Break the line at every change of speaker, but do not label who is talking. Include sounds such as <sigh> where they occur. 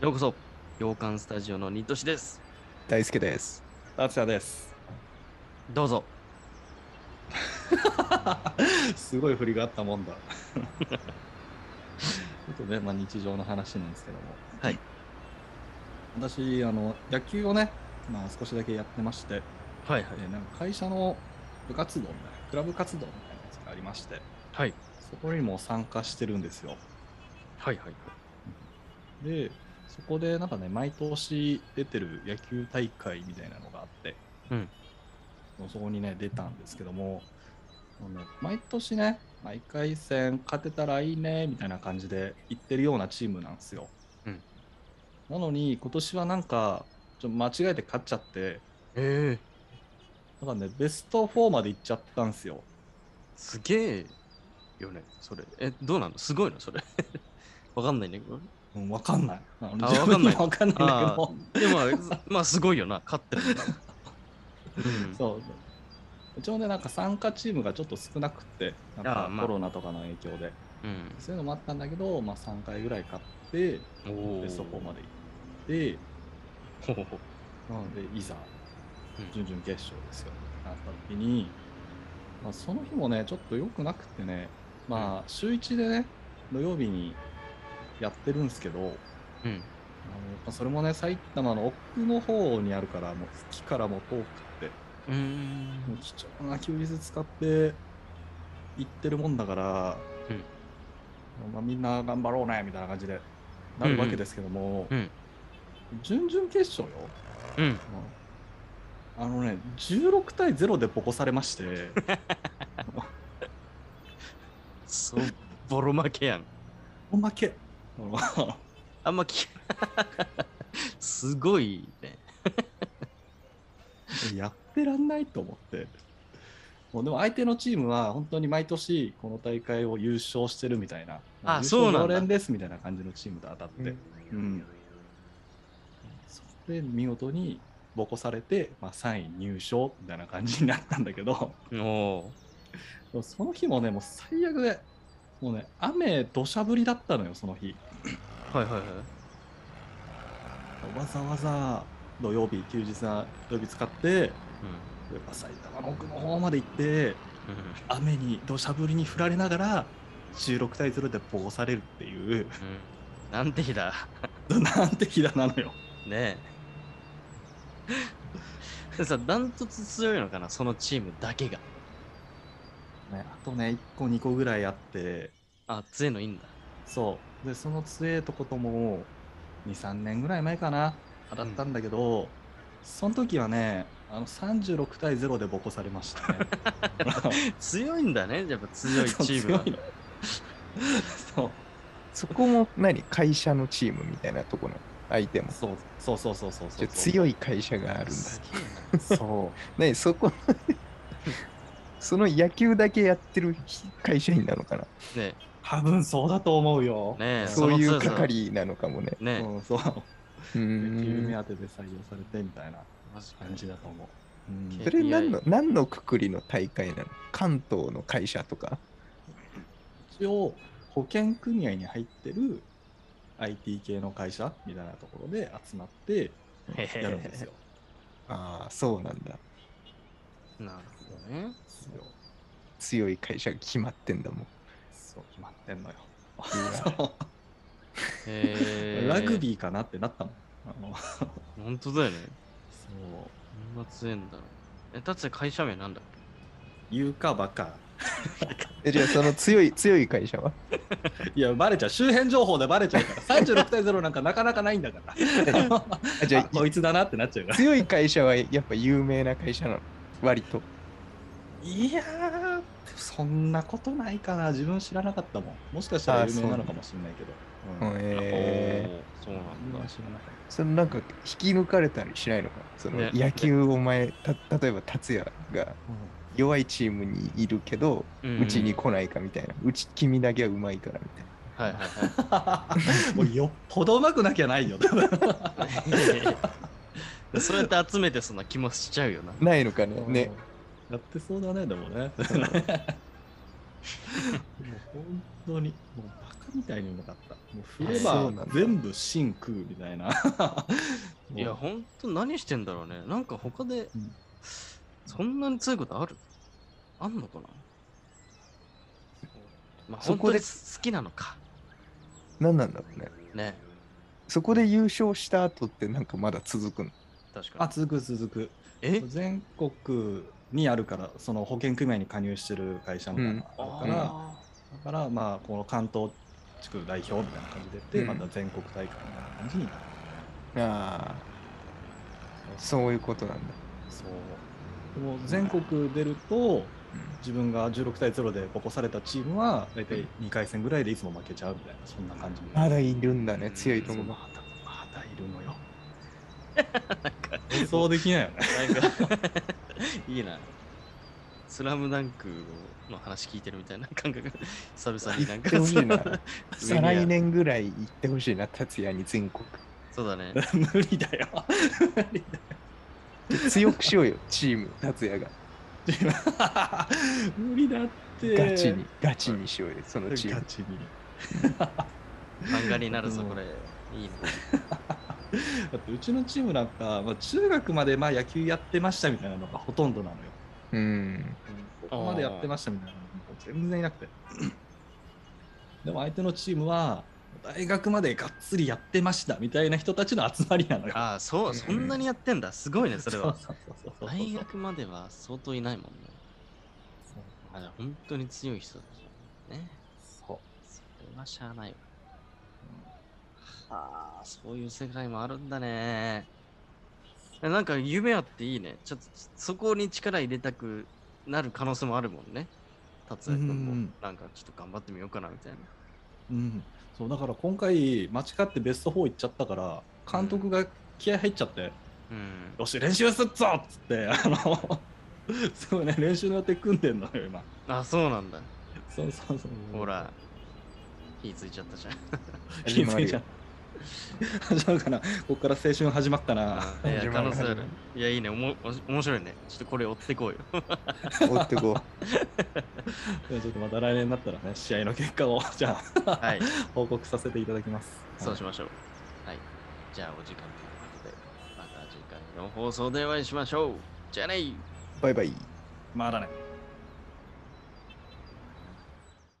ようこそ、洋館スタジオのニトシです。
大輔です。
達也です。
どうぞ。
すごい振りがあったもんだ。ちょっとね、まあ、日常の話なんですけども。
はい。
私、あの、野球をね、まあ、少しだけやってまして、
はいは
えーなんか会社の部活動みたいな、クラブ活動みたいなやつがありまして、
はい
そこにも参加してるんですよ。
はいはい。
で、そこでなんかね、毎年出てる野球大会みたいなのがあって、
うん
そこにね、出たんですけども、あのね毎年ね、毎回戦勝てたらいいねみたいな感じで言ってるようなチームなんですよ。
うん
なのに、今年はなんか、ちょっと間違えて勝っちゃって、
ええ
なんかね、ベスト4まで行っちゃったんですよ。
すげえよね、それ。え、どうなのすごいのそれ。 <laughs> わかんないね。こ
うん、わかんない。あの
あ
自分でも
わ
わかんないんだけど。
れでも、まあまあ、すごいよな。勝ってるんだから。うん
そう。うちもね、なんか参加チームがちょっと少なくって、なん
あー
か
まあ
コロナとかの影響で、
うん。
そういうのもあったんだけど、まあ、3回ぐらい勝って、
お
ベスト4まで行って、
ほうほう
なので、いざ
うん、
準々決勝ですよ、なった時に、まあ、その日もね、ちょっと良くなくってね、まあ、週1でね、土曜日にやってるんですけど、あのま
うん。
あそれもね、埼玉の奥の方にあるから、もう駅からも遠くって、
うーん
もう貴重な休日使って行ってるもんだから、
うん
まあ、みんな頑張ろうねみたいな感じでなるわけですけども、
うん
準々決勝よ、
うん。
あのね16対0でボコされまして
<laughs> そう、ボロ負けやん。
おまけ <laughs> あの
あんま聞すごいね。
やってらんないと思って。もうでも相手のチームは本当に毎年この大会を優勝してるみたいな、
あ
優勝
そうなんだ
常連ですみたいな感じのチームと当たって、うんそれで見事にボコされて、まあ、3位入賞みたいな感じになったんだけど
おお
でもその日もねもう最悪でもうね雨土砂降りだったのよその日
ー。はいはいはい。
わざわざ土曜日休日な土曜日使って
うん
やっぱ埼玉の奥の方まで行って
う
雨に土砂降りに降られながら16対0でボコされるっていう
ん
<laughs>
うんなんて日だ。
なんて日だなのよ
ねえ。 <laughs> でさ、ダントツ強いのかな、そのチームだけが。
ねあとね1個2個ぐらいあって
あ、強いのいいんだ。
そう。で、その杖とことも、2、3年ぐらい前かな、当たったんだけど、その時はね、あの36対0でボコされましたね。
強いんだね、やっぱ強いチーム
そう
は
強い。の <laughs> そう
そこも何会社のチームみたいなとこの相手も。
そうそうそうそうそうそ
じ
う。
ゃあ強い会社があるんだ。
すげえ
そ
何そこ <laughs> その野球だけやってる会社員なのかな
な。ね
う。多分そうだと思うよ。
ねえ
そ
そううい
そうの強さ
係なのかもね。
え、ねえ、
うん、そう。
う
野球目
ん。
当てで採用されてみたいな
マジか
感じだと思う。うん
それ何の何のくくりの大会なの関東の会社とか。
一応保険組合に入ってる IT 系の会社みたいなところで集まって
へへへ
やるんですよ。
ああ、そうなんだ。
なるほどね。
そう
強い会社が決まってんだもん。
そう決まってんのよ。 <laughs>
へえ。
ラグ
ー。
ビーかなってなったもん。あの
本当だよね。
そう
こんな強いんだ。え、だって会社名なんだっ
言うかばか。
えじゃあその
<laughs>
強い強い会社はい
や、バレちゃう。周辺情報でバレちゃうから。36対0なんかなかなかないんだから。
あ
<laughs>
じ
じゃあ、
ゃ
<laughs> こ
あ
いつだなってなっちゃうから。
強い会社はやっぱ有名な会社なの割と。
いやー、そんなことないかな。自分知らなかったもん。もしかしたら有名なのかもしれないけど。
う
うん
ん、
け
えー、
おーそうなんだ。
知らなかっ
そのなんか引き抜かれたりしないのかなそ
ね
の野球お前た例えば達也が
た。うん
弱いチームにいるけど
うん
うちに。来ないかみたいなうち君だけはうまいからみたいな
はいはいはい。
<laughs> もうよっぽどうまくなきゃないよ、多分。
<laughs> そうやって集めてそんな気もしちゃうよな。
ないのかねね
やってそうだね、でもね。もう本当に、もうバカみたいにうまかった。もう振れ
そうな
ば
んだ
全部芯食うみたいな。
いや、ほんと何してんだろうね。なんか他で
うん、
そんなに強いことあるあんのかなまあ、そ
そこ
こ
で
で好きなのか。
何なんだろうね。
ね。
そこで優勝した後ってなんかまだ続くの。
確か
あ、
に。
続く続く。
え
全国にあるから、その保険組合に加入してる会社も
うん
あ
あるから、だ
あ
から、まあ、この関東地区代表みたいな感じで出て、
うん
また全国大会みたいな感じになる。
ああ。そういうことなんだ。
そう。もう全国出ると、自分が16対0でボコされたチームは、大体2回戦ぐらいでいつも負けちゃうみたいな、そんな感じにな
ま
る。
だいるんだね、強い
そ
友
う
が。
まだまだいるの <laughs> よ。予想できないよね。
なんか <laughs> いいな。スラムダンクの話聞いてるみたいな感覚、久々になんか
行ってほしい
<laughs>
な
上
再
に
来年ぐらい行ってほしいな、達也に全国。
そうだね。
<laughs> 無理だよ。無理
強くしようよ、チーム、達也が。
だよ無理だって。
ガチに、ガチにしようよ、そのチー
ガ
ム。
チに。
漫画になるぞ、
うん
これ。いいね。
だってうちのチームなんか、まあ、中学までまあ野球やってましたみたいなのがほとんどなのよ。
うん。
ここまでやってましたみたいなのが全然いなくて。でも相手のチームは大学までがっつりやってましたみたいな人たちの集まりなのよ。
ああ、そう、そんなにやってんだ。すごいね、それは。
そうそうそうそうそう
大学までは相当いないもんね。あじゃあ本当に強い人たちだね。
そう
それはしゃあないわ。ああ、そういう世界もあるんだね。えなんか夢あっていいね。ちょっとそこに力入れたくなる可能性もあるもんね。達也君
うんうんう
も
ん
なんかちょっと頑張ってみようかなみたいな。
うん、そうだから今回間違ってベスト4行っちゃったから監督が気合入っちゃって
うん。
「よし練習すっぞ!」っつってあのすごいね練習の予定組んでんのよ今
あ、そうなんだ。
そうそうそう
ほら。火ついちゃったじゃん。
気
始ま
づい
る
ちゃ
よ
う。始まるかなここから青春始まったな
うんい
始
や、
ま
可
る
能性あ
始ま
る
る。
いや、いいね。おもおもし面白いね。ちょっとこれ追って
<laughs>
こうよ。
追ってこ
でちょっとまた来年になったらね試合の結果をじゃあ、
はい。
報告させていただきます
そうしましょう。はい。じゃあ、お時間ということで、また次回の放送でお会いしましょう。じゃあねー
う。バイバイ。
まだね